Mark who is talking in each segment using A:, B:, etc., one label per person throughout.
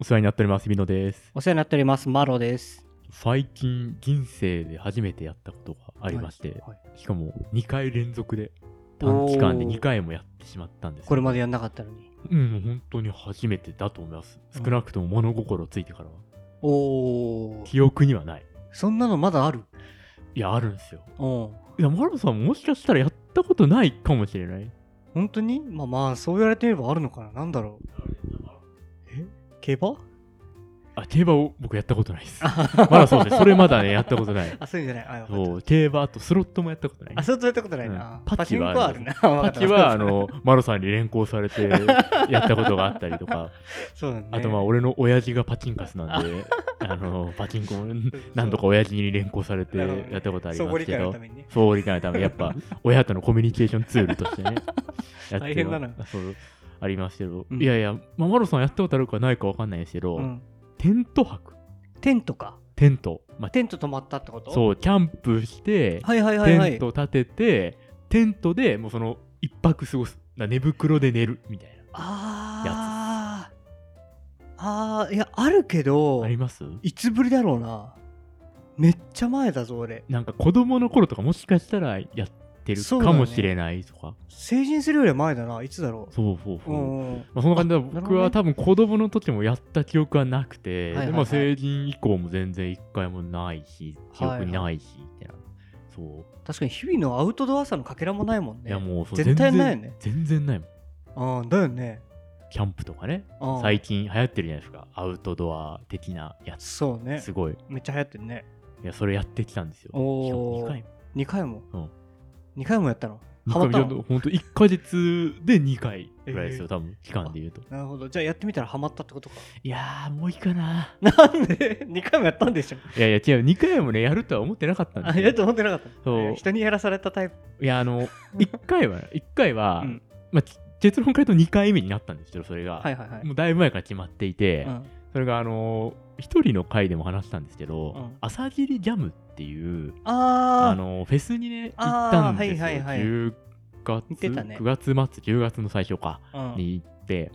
A: お世話になっております、日比野です。
B: お世話になっております、マロです。
A: 最近、人生で初めてやったことがありまして、
B: はい
A: しかも2回連続で、短期間で
B: おー
A: 2回もやってしまったんですよ。
B: これまでやんなかったのに。
A: うん、本当に初めてだと思います。
B: うん
A: 少なくとも物心ついてからは、
B: おお。
A: 記憶にはない。
B: そんなのまだある
A: いや、あるんですよ。
B: うん。
A: いや、マロさんもしかしたらやったことないかもしれない。
B: 本当にまあまあ、そう言われてみればあるのかななんだろう。え競馬
A: あ、競馬を僕やったこと ないです。
B: あ
A: まだそうです。それまだね、やったことない。
B: あ、そういうんじゃない。あ、よかった
A: そう、競馬あとスロットもやったことない
B: あ、。そうやったことない
A: うん
B: な。
A: パチは
B: パ
A: あ
B: チ
A: る
B: ンコはあるな。
A: パ
B: わかった
A: チは、あ、の、マロさんに連行されてやったことがあったりとか、
B: そうなんだ、
A: あ
B: ね。
A: とまあ、俺の親父がパチンカスなん で、あの、パチンコも何度か親父に連行されて
B: なるほどね
A: やったことあり
B: 相
A: ま
B: 互
A: す
B: 理
A: け
B: 解の
A: ど
B: た、めにね。
A: そう理解のために、やっ ぱ、親とのコミュニケーションツールとしてね、やって
B: 大変だな
A: そう、ありますけど、
B: うん
A: いやいや、まあ、マロさんやったことあるかないかわかんないですけど、
B: うん。
A: テント泊、
B: テントか。
A: テント、まあ、
B: テント泊まったってことう。
A: そう、キャンプして、
B: はいはいはいは
A: テン
B: い。
A: ト立てて、テントでもうその一泊過ごす。だ寝袋で寝るみたい
B: あー。あー、いや、あるけど。
A: な。あります
B: いつぶりだろうな。めっちゃ前だぞ、俺。
A: なんか子供の頃とかもしかしたらやってる
B: そうだ
A: か
B: ね
A: もしれないとか。
B: 成人するよりは前だな。いつだろ
A: そうそう
B: う。
A: そうう。
B: んうん。
A: まあ、そんな感じで
B: なる
A: 僕
B: ほどね
A: は多分子供の時もやった記憶はなくて、
B: はいはいはい
A: でまあ成人以降も全然一回もないし、記憶にないし、ってな。そう。
B: 確かに日々のアウトドアさのかけらもないもん
A: い
B: ね。
A: やもうそう
B: 絶対
A: 全然
B: ないよね。
A: 全然ないもん。
B: ああ、だよね。
A: キャンプとかね、
B: あー
A: 最近流行ってるじゃないですか。アウトドア的なやつ。
B: そうね。
A: すごい。
B: めっちゃ流行ってるね。
A: いや、それやってきたんですよ。
B: おー
A: しかも二回も。
B: 2回も。
A: うん
B: 2回もやったの。ハマ
A: 本
B: っ
A: 当
B: た
A: ほ
B: の。
A: んと1ヶ月で2回ぐらいですよ、
B: え
A: 多分期間で言うと。
B: なるほど。じゃあやってみたらハマったって ことか。
A: いやー、もういいかな。
B: なんで ?2 回もやったんでしょ。
A: いやいや、違う、2回もね、やるとは思ってなかったんで
B: あ、
A: す
B: やる
A: よ。
B: と思ってなかった。
A: そう
B: えー人にやらされたタイプ。
A: いや、あ の、1回は、一回は、
B: うん
A: まあ、き結論から言うと2回目になったんですけど、それが。
B: はいはいはい。
A: もうだいぶ前から決まっていて、
B: うん
A: それが、あのー、一人の回でも話したんですけど、
B: うん
A: 朝霧ジャムっていう、あ
B: あ
A: のー、フェスにね、
B: あー
A: 行ったんですよ。
B: はいはいはい
A: 10月、
B: 行ってたね
A: 9月末、10月の最初か。
B: あ、うん。
A: に行って、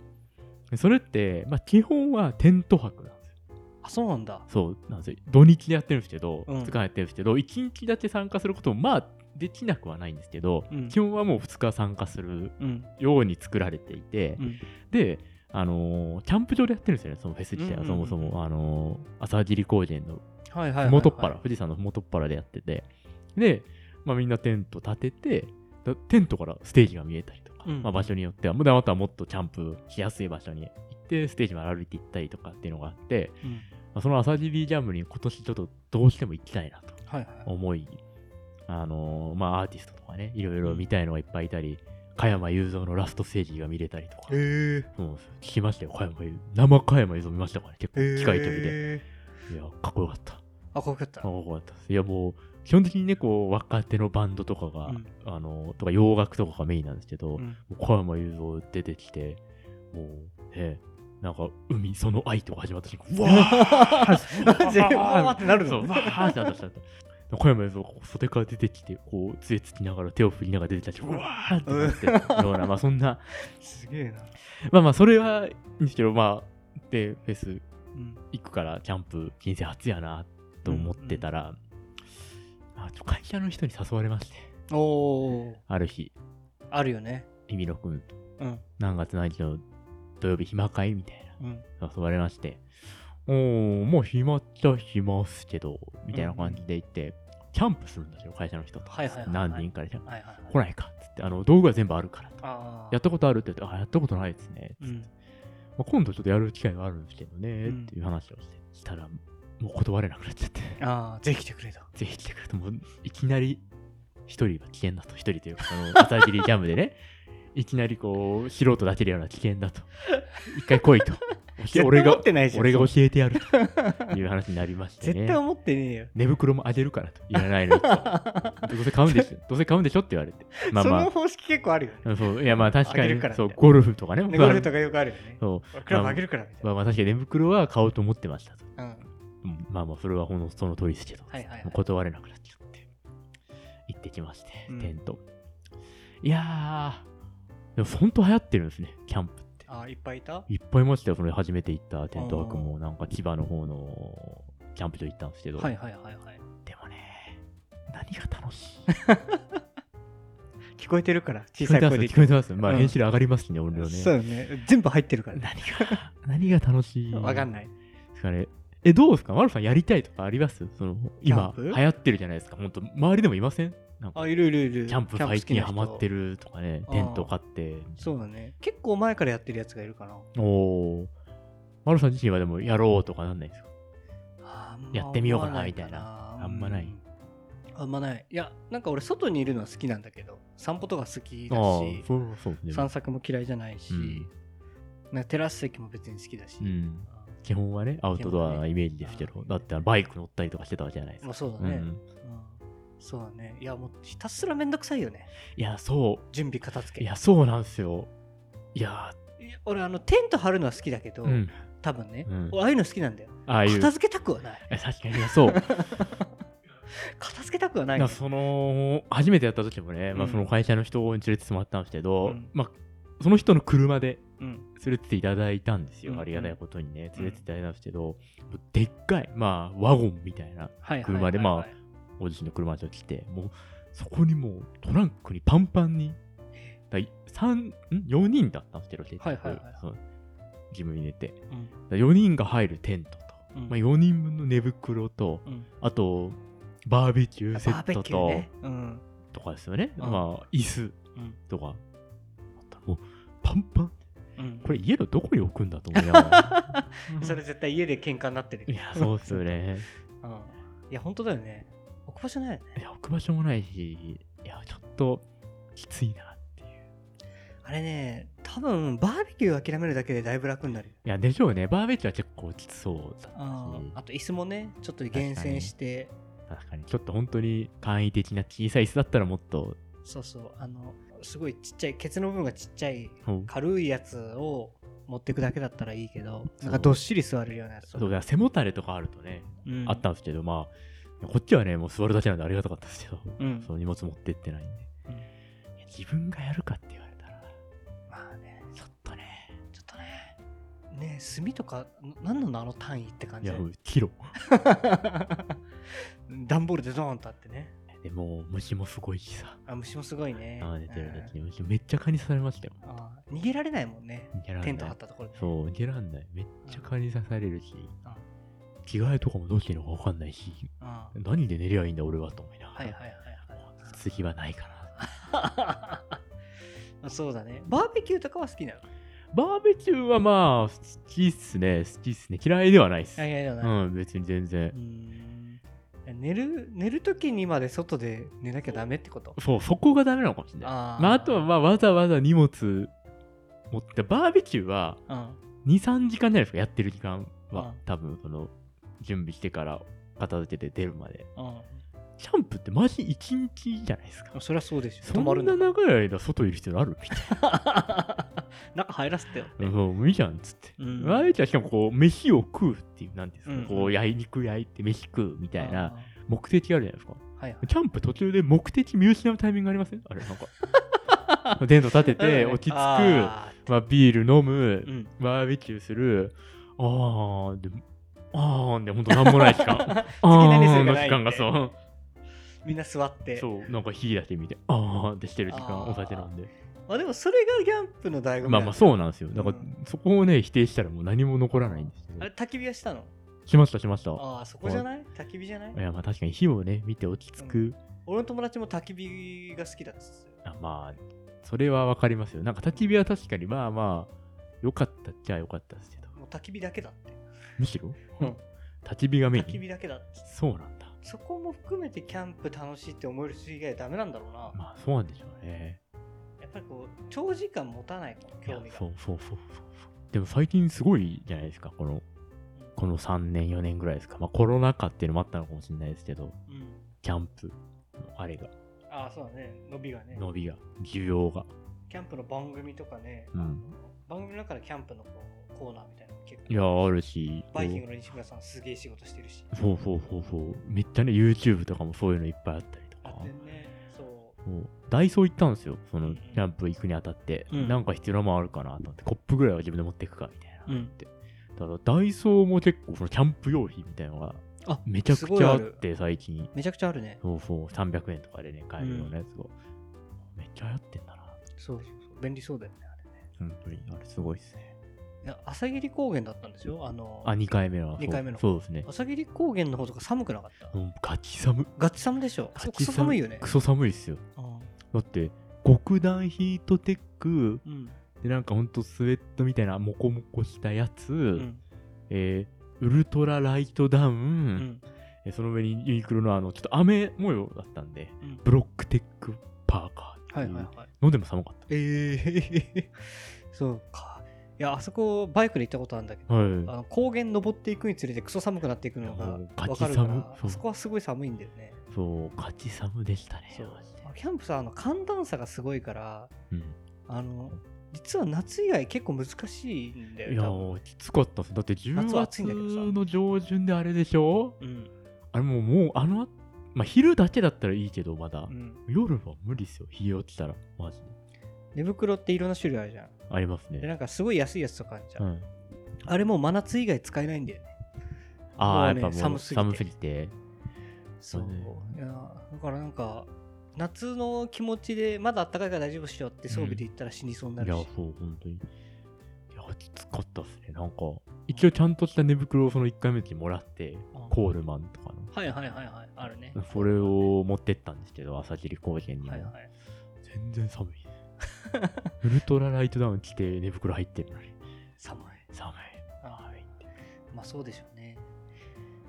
A: それって、まあ、基本はテント泊なんですよ。
B: あ、そうなんだ。
A: そうなんですよ。土日でやってるんですけど、
B: うん
A: 2日間やってるんですけど、1日だけ参加することも、まあ、できなくはないんですけど、
B: うん
A: 基本はもう2日参加する
B: うん。
A: ように作られていて、
B: うん。
A: で、あのーキャンプ場でやってるんですよね、そのフェス自体は、
B: うんうんうん
A: そもそも、あのー朝霧高原の
B: はいはいはいはい。
A: ふもとっぱら、富士山のふもとっぱらでやってて、で、まあ、みんなテント立てて、だテントからステージが見えたりとか、
B: うん
A: まあ、場所によっては、まだまたもっとキャンプしやすい場所に行って、ステージまで歩いて行ったりとかっていうのがあって、
B: うん。
A: まあ、その朝霧ジャムに今年ちょっとどうしても行きたいなと
B: はいはい。
A: 思い、あのーまあ、アーティストとかね、いろいろ見たいのがいっぱいいたり、加山雄三のラストステージが見れたりとか、
B: え
A: そうなんですよ聞きましたよ、加山雄生加山雄三見ましたからね、結構近い距離で。
B: で。
A: いや、かっこよかった。
B: あ、こうやった。
A: あ多かったですいやもう基本的にねこう若手のバンドとかが、
B: うん
A: あのとか洋楽とかがメインなんですけど、
B: うん
A: もう小山雄三出てきてもうねなんか海その愛とか始まった瞬間うわ
B: マジでわーってなる
A: そう
B: の
A: わーってなったなった小山雄三がこう袖から出てきてこう杖つきながら手を振りながら出てきたしうわーってなってるようなまあそんな
B: すげえな。
A: まあまあそれはいいんですけどまあでフェス
B: うん。
A: 行くからキャンプ人生初やなと思ってたら、あちょ会社の人に誘われまして
B: おお。
A: ある日
B: あるよね。
A: リミロ君と
B: うん。
A: 何月何日の土曜日暇かいみたい
B: うん。
A: な誘われましておーもう暇っちゃ暇っすけどみたいな感じで行って、キャンプするんだよ会社の人と、
B: はいはいはいはい
A: 何人かでキャンプ
B: はいはいは
A: 来
B: い。ら。
A: ないかっつってあの道具は全部あるからと
B: ああ。
A: やったことあるって言ってあやったことないですね
B: うん。
A: まあ、今度ちょっとやる機会があるんですけどね、
B: うん
A: っていう話をしてしたらもう断れなくなっちゃ って
B: ああ、ぜひ来てくれと。
A: ぜひ来てくれともういきなり一人は危険だと一人というかその朝霧ジャムで ねいきなりこう素人だけでやるのは危険だと一回来い と
B: 対
A: 俺
B: 思
A: が
B: ってないじゃん
A: 俺が教えてやると いう話になりまして
B: 絶
A: ね
B: 対思ってねえ よ。
A: 寝袋もあげるからといらない のとどうせ買うんでしょどうせ買うんでしょって言われてまあ
B: そ
A: ま
B: の方式結構あるよね。
A: あそういやまあ確か
B: あげ
A: に
B: るからって
A: そうゴルフとかね
B: ネゴルフとかよくあるよね。
A: そう
B: 俺クラブあげるからみたい
A: まあまあ確かに寝袋は買おうと思ってましたと
B: な。うん。
A: うんまあまあそれはほんのその通りですけど、
B: はいはいはい
A: もう断れなくなっちゃって行ってきまして、
B: うん
A: テントいやーでも本当流行ってるんですねキャンプって
B: あいっぱいいた
A: いっぱいいましたよ、その初めて行ったテントワークも、なんか千葉の方のキャンプ場行ったんですけど、
B: はいはいはいはい。
A: でもね、何が楽しい
B: 聞こえてるから、小
A: 聞
B: さ
A: こえ
B: い
A: てます、
B: 声で
A: 聞こえてます。ま
B: う
A: あ、
B: ん
A: 編集で上がりますしね、俺のね。
B: そうよね。全部入ってるからね。
A: 何 が、何が楽しい
B: わかん
A: ない。
B: ない。
A: ですかね。え、どうですかマルさんやりたいとかありますその、今、
B: キャン
A: 流
B: プ
A: 行ってるじゃないですか。本当周りでもいませんなんか
B: あ、いるいるいる。
A: キャンプ最近ハマって
B: る。
A: るとかね、
B: あー
A: テント買って。
B: そうだね。結構前からやってるやつがいるかな。
A: おおー。マルさん自身はでもやろうとかなんないですか
B: あんま
A: やってみようかなみたい
B: な
A: あんまない
B: うんあんまない。いや、なんか俺、外にいるのは好きなんだけど、散歩とか好きだ
A: ああ
B: し
A: ー、、そうそうですね
B: 散。策も嫌いじゃないし、
A: うん
B: なんかテラス席も別に好きだし、
A: うん基本はね、アウトドアなイメージですけ
B: 基本
A: ど、
B: はね
A: だってバイク乗ったりとかしてたじゃないです
B: まあ
A: か。
B: そうだ
A: う
B: ね、うん
A: ん、
B: そうだね。いや、もうひたすらめんどくさいよね。
A: いや、そ
B: 準備片付
A: う。い
B: け。
A: や、そうなんですよ。いや
B: いや俺、あの、テント張るのは好きだけど、
A: ー、うん。
B: 多分ね、
A: うん
B: 俺ああいうの好きなんだよ。
A: ああいう。
B: 片付けたくは ない。
A: え確かにいやそう。
B: 片付けたくはない
A: な。その初めてやった時もね、まあ、
B: うん
A: その会社の人に連れてってもらったんですけど、
B: うん
A: まあ、その人の車で
B: うん。
A: 連れてっていただいたんですよ、
B: うん
A: ありがたいことにね
B: うん
A: 連れてっていただいたんですけど、でっかい、まあ、ワゴンみたいな
B: はいはいはいはい。
A: 車でまあお自身の車で来てもうそこにもうトランクにパンパンにだ3ん4人だったんですけど結局、
B: はいはいはい
A: そのジムに寝て
B: うん。
A: 4人が入るテントと、
B: うん
A: まあ、4人分の寝袋と
B: うん
A: あとバーベキューセ
B: バー
A: ッ
B: ベ
A: ト
B: キュー
A: と、
B: ね。うん。
A: とかですよね、
B: うん
A: まあ椅子
B: うん
A: とか、あともうパンパン
B: うん
A: これ家のどこに置くんだと思いながら
B: それ絶対家で喧嘩になってる
A: いやそうっすよ、ね
B: うん、いや本当だよね置く場所ないよね
A: いや置く場所もないしいやちょっときついなっていう
B: あれね多分バーベキュー諦めるだけでだいぶ楽になるよ
A: いやでしょうねバーベキューは結構きつそうだった
B: あ
A: し
B: あと椅子もねちょっと厳選して
A: 確かにちょっと本当に簡易的な小さい椅子だったらもっと
B: そうそうあのすごいちっちゃいケツの部分がちっちゃい
A: うん
B: 軽いやつを持ってくだけだったらいいけど
A: そう
B: なんかどっしり座れるようなやつ
A: そうだから背もたれとかあるとね、
B: うん
A: あったんですけどまあこっちはねもう座るだけなんでありがたかったですけど、
B: うん
A: その荷物持ってってないんで、
B: うん
A: いや自分がやるかって言われたら
B: まあね
A: ちょっとね。
B: ちょっとねね炭とかななんなのあの単位って感
A: い
B: じ
A: や、もうキロ。
B: 段ボールでドーンとあってね
A: でも、虫もすごいしさ。
B: あ虫もすごいね
A: ああ、出てる
B: うん
A: 時に虫めっちゃ蚊に刺されましたよ。
B: ああ逃げられないもんね
A: 逃げら
B: テ
A: れ
B: ント
A: な
B: 張っ
A: い。
B: たところでね
A: そう、逃げられない。めっちゃ蚊に刺されるし、着替えとかもどうしていいのかわかんないし、
B: うんは
A: 何で寝りゃいいんだ俺はと思いなが
B: いはい
A: ら。
B: はい
A: 次はないかな。
B: はい そうだねバーベキューとかは好きなの
A: バーベキューはまあ、好きっすね。好きっすね。嫌いではないっす。
B: いやいやな
A: うん、別に全然
B: う。ん寝る寝る時にまで外で寝なきゃダメってこと
A: そう、そこがダメなのかもしれない。
B: あー
A: まあ、あとはまあ、わざわざ荷物持って、バーベキューは、
B: うん
A: 23時間じゃないですかやってる時間は、
B: うん
A: 多分その準備してから片付けて出るまで
B: う
A: キャンプってマジ1日じゃないですか
B: んそりゃそうでしょ
A: そ
B: 泊まる
A: んなん
B: だ
A: 長い間外いる必要あるみたい
B: 中入らせてよ
A: なもう無理じゃんっつって
B: うん
A: あえちゃんしかもこう飯を食うっていうなんていうんですか、
B: うん
A: こう焼い肉焼いて飯食うみたいな
B: あ
A: 目的あるじゃないですか
B: あはいはい
A: キャンプ途中で目的見失うタイミングありませんあれなん かテント立てて落ち着く、
B: あ
A: まあ、ビール飲む
B: ーうん
A: バーベキューする、あーでも、あーで、ほんとなんもない時 間。
B: 好きなリズ
A: あー
B: ムが
A: の
B: ない
A: 時間
B: んで
A: がそう。
B: みんな座って
A: そう、なんか火だけ見て、あーってしてる時間、
B: あー
A: お酒飲んで。
B: まあでもそれがギャンプの醍醐味
A: まあまあ、
B: う
A: そうなんですよ。だから、
B: うん
A: そこをね、否定したらもう何も残らないんですけ
B: あ
A: ど
B: れ。焚き火はしたの
A: しました、しました。い
B: ああそこじゃない焚き火じゃない
A: や、まあ確かに火をね、見て落ち着く。
B: 俺の友達も焚き火が好きだっつって
A: あまあ、それはわかりますよ。なんか焚き火は確かに、まあまあ、良かったっちゃ良かったですけど
B: た。よもう焚き火だけだって
A: むしろ、
B: うん
A: 焚き火がメ
B: 焚き
A: イン。
B: 火だけだっつって
A: そうなんだ。
B: そこも含めてキャンプ楽しいって思える人以外はダメなんだろうな、
A: まあ、そうなんでしょうね。
B: やっぱりこう長時間持たないかも
A: いや
B: 興味が
A: そうそうそうそうそうでも最近すごいじゃないですかこのこの3年4年ぐらいですか、まあ、コロナ禍っていうのもあったのかもしれないですけど
B: うん
A: キャンプのあれが
B: ああそうだね伸びがね
A: 伸びが需要が
B: キャンプの番組とかね、
A: うん
B: 番組の中でキャンプのこうコーナーみたいなの結構
A: いやあるしこう
B: バイキングの西村さんすげえ仕事してるし
A: そうそうそうそうめっちゃね YouTube とかもそういうのいっぱいあったりと
B: あ
A: か
B: ってねそう
A: もうダイソー行ったんですよ、そのキャンプ行くにあたって、
B: うん
A: なんか必要なもんあるかなと思って、コップぐらいは自分で持っていくかみたいな。
B: うん
A: だからダイソーも結構そのキャンプ用品みたいなのが
B: あ
A: めちゃく
B: すご
A: ち
B: い
A: ゃ
B: あ
A: あっ
B: る
A: て最近
B: めちゃくちゃあるね
A: そうそう300円とかでね買えるようなやつが、めっちゃ流行ってんだな
B: そうそうそう便利そうだよねあれね
A: 本当にあれすごいですね
B: いや朝霧高原だったんですよあの
A: あ2回目は
B: 二回目の
A: そうそうですね
B: 朝霧高原の方とか寒くなかった
A: もうガチ寒
B: ガチ寒でしょ
A: ガ
B: そうク
A: チ
B: ソ寒いよね
A: クソ寒いっすよ
B: うん
A: だって極暖ヒートテック
B: うん
A: でなんかほんとスウェットみたいなモコモコしたやつ、
B: うん
A: えーウルトラライトダウン、
B: うん
A: えーその上にユニクロのあのちょっと雨模様だったんで
B: うん
A: ブロックテックパーカーって
B: はいいうはいはい
A: のでも寒かっ
B: ええ そうかいやあそこバイクで行ったことあるんだけど
A: たはい
B: あの高原登っていくにつれてクソ寒くなっていくのが
A: もうガチ
B: 分かるか
A: 寒
B: ら
A: そう
B: あそこはすごい寒いんだよね
A: そう、勝ち寒でしたね。
B: そう
A: マジで
B: キャンプさあの寒暖差がすごいから
A: うん
B: あの実は夏以外結構難しいんだ
A: いや
B: よ
A: ー、きつかったっす。だって10
B: 夏は
A: 月
B: 暑いんだけどさ
A: の上旬であれでしょ
B: 多分
A: あれもう、もう、あの、まあ、昼だけだったらいいけど、まだ
B: うん、う。ん、
A: 夜は無理っすよ。日落ちたら、マジで。
B: 寝袋っていろんな種類あるじゃん
A: あります
B: で
A: ね。
B: なんかすごい安いやつとかあるじゃ、
A: うんん。
B: あれもう真夏以外使えないんだよね
A: ああ、やっ
B: もうね
A: ぱもう
B: 寒すぎて
A: 寒すぎて。
B: そう
A: そうね
B: いやだからなんか夏の気持ちでまだ暖かいから大丈夫っしようって装備で行ったら死にそうにないる
A: や、
B: し、
A: そう、本当に。いや、きつかったっすね。なんか、一応ちゃんとした寝袋をその1回目の時にもらって、
B: うん
A: コールマンとかの。
B: はいはいはいはいあるね
A: それを持ってったんですけど、朝霧高原に
B: はい
A: も
B: は。い
A: 全然 寒いウルトラライトダウン着て寝袋入ってるのに
B: 寒い
A: 寒い
B: あーまあそうでしょうね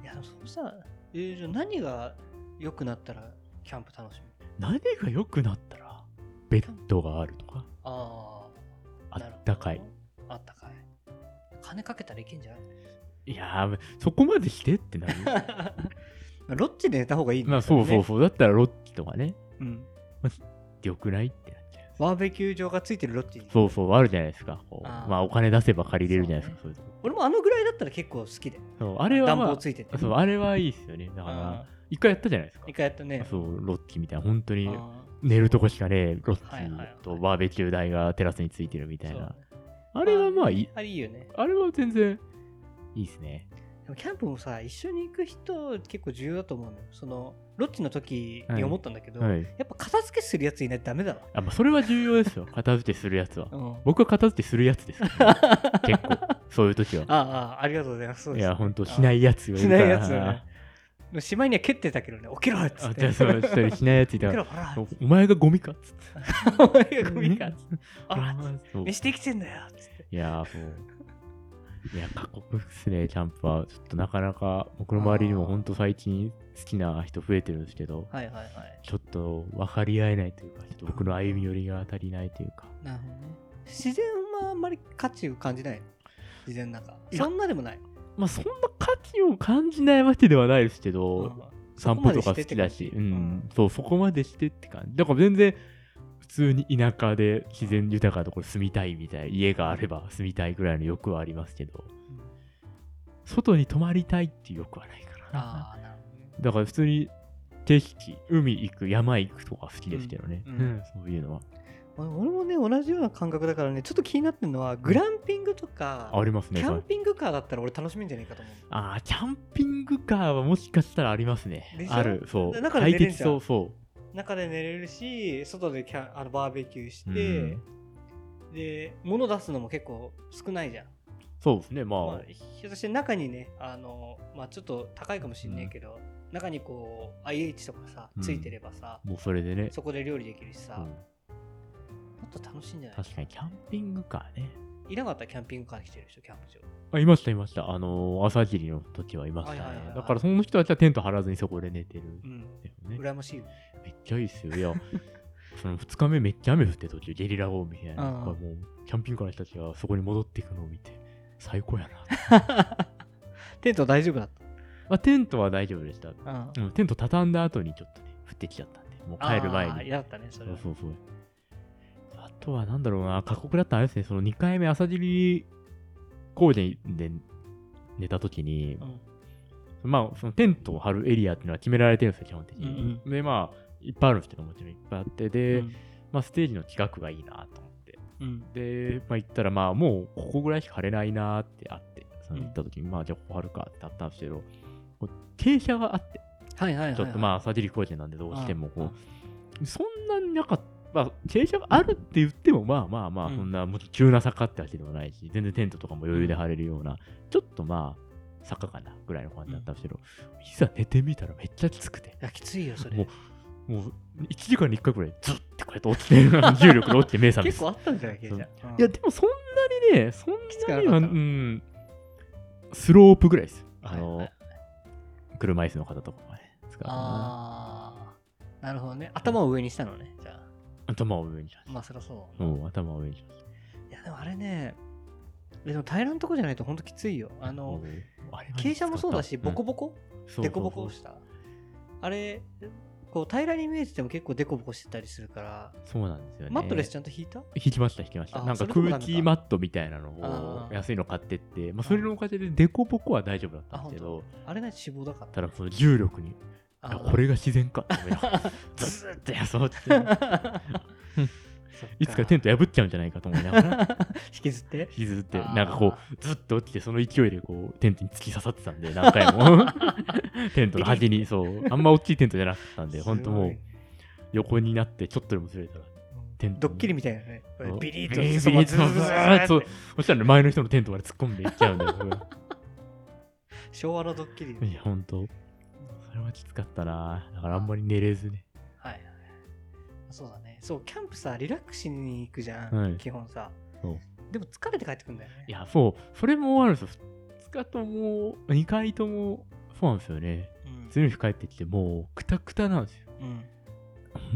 B: いやでもそうしたら、えーじゃあ何が良くなったらキャンプ楽しみ
A: 何が良くなったらベッドがあるとか
B: あ
A: あ
B: あなるほど
A: ったかい
B: あったかい金かけたらいけんじゃない
A: いやーそこまでしてって なる
B: ロッジで寝た方がいいんだ
A: ま
B: よ
A: あ
B: ね
A: そうそうそうだったらロッジとかね
B: うん
A: 良くないってなっちゃう
B: バーベキュー場がついてるロッジに
A: そうそうあるじゃないですかこう
B: あー
A: まあお金出せば借りれるじゃないですかそう,、いうとこ
B: 俺もあのぐらいだったら結構好きで
A: そうあれは、ま
B: 暖
A: あ
B: 房ついてて
A: そうあれはいいですよねだから
B: あ
A: 一回やったじゃないですか
B: ー一回やったね
A: そうロッジみたいな本当に
B: あ
A: 寝るとこしかねえロ
B: はいはいは
A: ッ
B: い
A: ジとバーベキュー台がテラスについてるみ
B: ー
A: たい
B: そう
A: なあれはまあいい
B: あれいいよね
A: あれは全然いいですね。
B: でもキャンプもさ一緒に行く人結構重要だと思うのよそのロッジの時に思ったんだけど、
A: はい。
B: やっぱ片付けするやついないとダメだわ
A: あ、まあ、それは重要ですよ。片付けするやつは。
B: うん、
A: 僕は片付けするやつです からね、結構、そういう時は。
B: ああありがとうございますそう
A: い
B: です
A: や、ほんと、しないやつがい
B: し
A: るか
B: ない
A: ら。
B: やつよねでもしまいには蹴ってたけどね起きろっつっ
A: あ、
B: て
A: じゃあ、そう、一人しないやついた
B: 起
A: ら。
B: きろほら
A: おお前がゴミかっつって。
B: お前 がゴミかっつって
A: お
B: ほら
A: 前そう
B: 飯できてんだよっつって
A: いや、そう。いや、過酷っすね、キャンプは。ちょっとなかなか、僕の周りにもほんと最近好きな人増えてるんですけど、
B: はいはいはい
A: ちょっと分かり合えないというか、ちょっと僕の歩み寄りが足りないというか。
B: なるほどね自然はあんまり価値を感じない自然なんか
A: いや
B: そんなでもない、
A: まあそんな価値を感じないわけではないですけど、
B: うん
A: 散歩とか好きだし、うんそうそこまでしてって感じだから全然普通に田舎で自然豊かなところ住みたいみたい家があれば住みたいぐらいの欲はありますけど外に泊まりたいっていう欲はないから
B: ああなるほどね
A: だから普通に景色海行く山行くとか好きですけどね、
B: うん
A: うんそういうのは
B: 俺俺もね同じような感覚だからねちょっと気になってるのはグランピングとか
A: あります
B: キ
A: ね
B: ャ
A: そ
B: ン
A: れ
B: ピングカーだったら俺楽しめんじゃないかと思う
A: あーキャンピングカーはもしかしたらあります
B: で
A: ね
B: しょ
A: あるそう
B: 中で
A: 快
B: 寝れん
A: 適
B: じゃん
A: そうそう
B: 中で寝れるし外でキャンあのバーベキューして、
A: うん
B: で物出すのも結構少ないじゃん、
A: そうですねまあ、
B: まあ、ひょっとして中にねあの、まあ、ちょっと高いかもしんないけど、中にこう IH とかさ
A: うん
B: ついてればさ、
A: もうそれでね
B: そこで料理できるしさ、
A: う
B: も
A: ん
B: っと楽しいんじゃない
A: 確かにキャンピングカーね。
B: いなかったらキャンピングカーに来てる人キャンプ場
A: あいました、いました。あのー、朝霧の時はいましたね。
B: はいはいはいはい
A: だからその人たちはテント張らずにそこで寝てるん
B: うん
A: だよね。
B: 羨ましい よ
A: めっちゃいいですよ。いや、 その2日目めっちゃ雨降って途中ゲリラ豪雨みたいな。
B: うん
A: だからもう、キャンピングカーの人たちがそこに戻っていくのを見て、最高やな。
B: テント大丈夫だっ
A: まあ、テントは大丈夫でした。
B: た、うん
A: うん、テント畳んだ後にちょっとね、降ってきちゃったんで、もう帰る前
B: あー
A: に。
B: 嫌だったねそれ
A: そう
B: は
A: そうそう。あとはなんだろうな、過酷だったのあれですね、その2回目朝霧高原で寝た時に、
B: うん
A: まあ、そのテントを張るエリアっていうのは決められてるんですよ、基本的に。
B: うん
A: で、まあ、いっぱいあるんですけどもちろんいっぱいあってで、
B: うん
A: まあ、ステージの企画がいいなと思って
B: うん
A: で、まあ、行ったらまあもうここぐらいしか貼れないなってあってその
B: うん
A: 行った時に、まあじゃあここ貼るかってあったんですけどこう傾斜があって
B: はいはいはいはい、
A: ちょっと
B: あ
A: まあサテリ工事なんでどうしてもこう
B: うん
A: そんなになかった。まあ、傾斜があるって言っても、まあまあまあ、
B: うん
A: そんな、もう急な坂ってわけでもないし、全然テントとかも余裕で張れるような、ちょっとまあ、坂かな、ぐらいの感じだったんですけど、いざ寝てみたらめっちゃきつくて、
B: いやきついよそ
A: も
B: れ
A: う、もう、1時間に1回ぐらい、ずってこうやって落ちて、 重力で落ちて目覚め
B: 結
A: す。
B: 構あったんじゃないけじゃあ、うん
A: いや、でもそんなにね、そん
B: つく
A: な
B: な
A: に
B: か
A: は、
B: っ
A: う
B: た
A: ん、スロープぐらいです。あの、
B: はいはい
A: 車椅子の方とかがね、使うのかな
B: あーなるほどね頭を上にしたのねじゃ
A: 頭を上にし
B: あ
A: ます。
B: まあそりゃそう
A: うん、頭を上にします。
B: いやでもあれねでも平らのとこじゃないとほんときついよあの
A: うんあれはね
B: 傾斜もそうだし
A: 使った
B: ボコボ
A: そう
B: コ
A: そうそう
B: デコボコしたあれこう平らに見えてても結構デコボコしてたりするから
A: そうなんですよね
B: マットレスちゃんと引いた
A: 引きました引きました
B: あ
A: なんか
B: それでもダ
A: 空
B: メか
A: 気マットみたいなの
B: あ
A: を
B: ー
A: 安いの買ってってまあそれのおかげでデコボコは大丈夫だったんですけ
B: あ
A: ど
B: あれね脂肪だか
A: ただこの重力に
B: ら
A: あこれが自然かって 思いながら
B: ず
A: ずーっ とそうっていつかテン
B: ト
A: ト破っちゃうんじゃないかと思いなが ら
B: 引きずって
A: 引きずって
B: あー
A: なんかこうずっと起きてその勢いでこうテントに突き刺さってた んで何回もテントの端にそうあんま大きいテントじゃなかった んで本当も
B: す
A: う横になってちょっとでもずれたら
B: ごい
A: テント
B: ドッキリみたいなねこれ
A: そう
B: ビリ
A: ビリッ
B: ッとそば
A: ビリッと
B: ズズズーって
A: そうそしたらね前の人のテントまで突っ込んでいっちゃうんで うん
B: 昭和のドッキリ
A: いや、ほんと。それはきつかったな。だからあんまり寝れずね。
B: はいはいはいそうだねそうキャンプさリラックスしに行くじゃん、
A: はい
B: 基本さ
A: そう
B: でも疲れて帰ってくんだよね
A: いや、そう。それもあるんですよ。2日とも、2回とも、そうなんですよね。
B: うん
A: 次の日帰ってきて、もう、くたくたなんですよ。
B: うん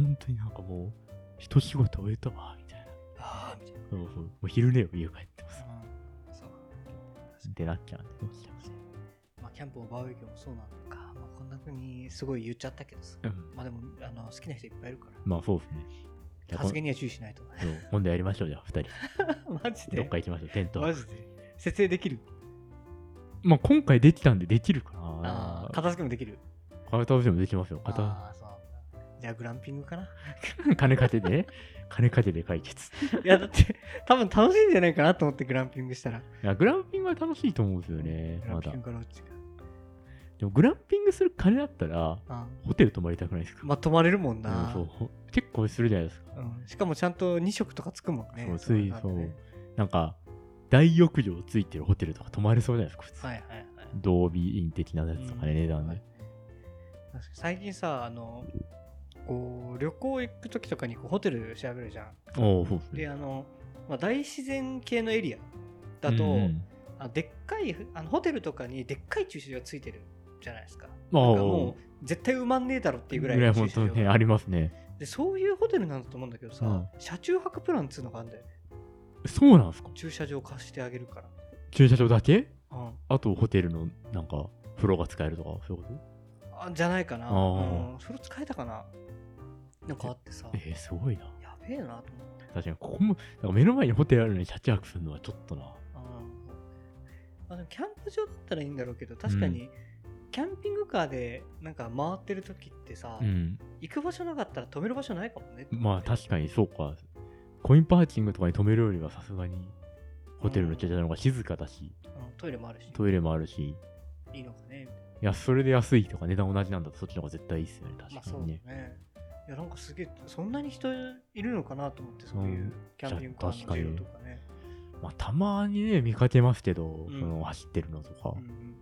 A: 本当になんかもう、一仕事終えたわ、みたいな。
B: ああみたい
A: そうそう。もう昼寝を家帰ってます。
B: な、うん、そう
A: ってなっちゃうんでどうしちゃいます
B: まあキャンプもバーベキューもそうなのか、まあ、こんな風にすごい言っちゃったけどさ
A: うん。
B: まあでもあの好きな人いっぱいいるから
A: まあ、そうですね。じゃあこん
B: 発言には注意しないと
A: そう今度やりましょう、じゃあ、2人。
B: マジ
A: ど
B: で
A: っか行きましょう、テント。
B: マジで設営できる
A: まあ、今回できたんでできるか
B: あ
A: な
B: あ。片付けもできる
A: 片付けもできますよ。片
B: ああそうなんだじゃあグランピングかな
A: 金かけてね。金かけて解決。
B: いやだって多分楽しいんじゃないかなと思ってグランピングしたら
A: いやグランピングは楽しいと思うんですよね、
B: グラ
A: ま
B: ンピ
A: だ
B: ン。グから落ちて
A: でもグランピングする金だったら、
B: あ
A: ホテル泊まりたくないですか、
B: まあ、泊まれるもんな、
A: うんそう結構するじゃないですか。
B: うんしかもちゃんと2食とかつくもんね
A: そうつい
B: なんかね
A: なんか、大浴場ついてるホテルとか泊まれそうじゃないですか、普通。
B: はいはいはい
A: 同備員的なやつとかね、
B: うん
A: 値段
B: は
A: で
B: い。確かに最近さあのこう旅行行く時とかにこうホテル調べるじゃん
A: おお、そうです
B: で
A: ね。
B: あの、まあ、大自然系のエリアだと、
A: うんうん
B: あでっかいあのホテルとかにでっかい駐車場ついてるじゃないですか
A: まあ
B: なんかもう絶対埋まんねえだろっていうぐらいの駐
A: 本
B: 車
A: 当
B: 場
A: ね、ありますね。
B: でそういうホテルなんだと思うんだけどさ、
A: うん
B: 車中泊プランっつうのがあるんだよね
A: そうなんですか
B: 駐車場貸してあげるから
A: 駐車場だけ
B: うん
A: あとホテルの、なんか、風呂が使えるとか、そういうこ
B: あじゃないかな、
A: あー
B: うん、それ使えたかななんかあってさ
A: とえー、すごいな。
B: やべえなと思って、
A: 確かに、ここも、なんか目の前にホテルあるのに車中泊するのはちょっとな。
B: うん、あでもキャンプ場だったらいいんだろうけど確かにキャンピングカーでなんか回ってる時ってさ、
A: うん。
B: 行く場所なかったら止める場所ないかもね
A: まあ確かにそうか。コインパーキングとかに止めるよりはさすがにホテルの駐車場の方が静かだし、
B: うんトイレもあるし
A: トイレもあるし、
B: いいのかねみたい
A: いや、それで安いとか値段同じなんだとそっちの方が絶対いいっすよね、
B: なまあ
A: 確
B: そ
A: か
B: うだ
A: に
B: ね
A: ね。
B: いやなんかすげえそんなに人いるのかなと思ってそういううんキャンピングカーの需要とかね
A: まあたまにね、見かけますけど、
B: ん
A: その走ってるのとか。
B: うんうん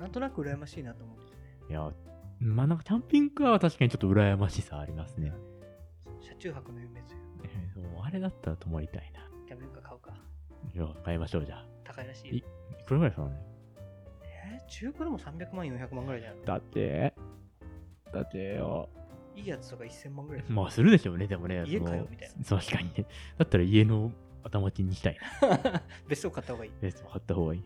B: なんとなく羨ましいなと思って
A: いや、まあなんかキャンピングカーは確かにちょっと羨ましさありますね。
B: 車中泊の夢ですよ
A: えーそうあれだったら泊まりたいな。
B: キャンピングカー買うか
A: いや、買いましょうじゃあ。
B: 高いらしい
A: いいくらぐらいするのね
B: えー、中古でも300万400万ぐらいじゃん
A: だって、だってよ。
B: いいやつとか1000万ぐらい
A: まあするでしょうね、でもね。
B: 家
A: その
B: かよみたい
A: そう確かにね。だったら家の頭金にしたい な。
B: 別荘買った方がいい。
A: ベスト買った方がいい。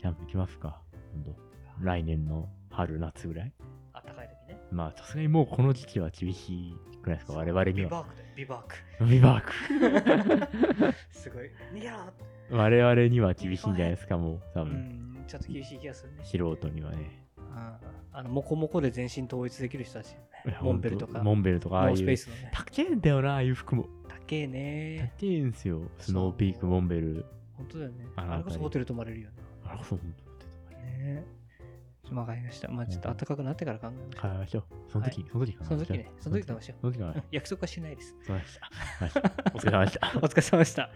A: キャンプ行きますか。今度来年の春、夏ぐらい。
B: あったかい時ね。
A: まあさすがにもうこの時期は厳しいくらいですか、我々に
B: ビ
A: は。
B: バークだよ、ビバーク。
A: ビバーク。
B: すごい。逃げろ
A: 我々には厳しいんじゃないですか、もう多
B: う
A: 分。
B: ん、ちょっと厳しい気がするね。
A: 素人にはね。
B: うんうんあのモコモコで全身統一できる人たち、ね、モンベルとか
A: モンベルとかああ
B: ノ
A: い
B: ースペ
A: う
B: ースのね
A: 高いんだよなああいう服も
B: 高えね
A: 高いんすよスノーピークモンベル
B: 本当だよね
A: あの
B: あれこそホテル泊まれるよね
A: あらそう本
B: ねえわかりましたまあちょっと暖かくなってから考えまし
A: 当買いましょ
B: ょう
A: うその時、その時
B: その時ねその
A: 買い
B: 時買い
A: ま
B: ま
A: し
B: し
A: ょ
B: ょ
A: うその
B: う
A: 時買いましょ
B: 約束はしないです
A: うわかりましたわかりましたお疲れ様でした
B: お疲れ様でした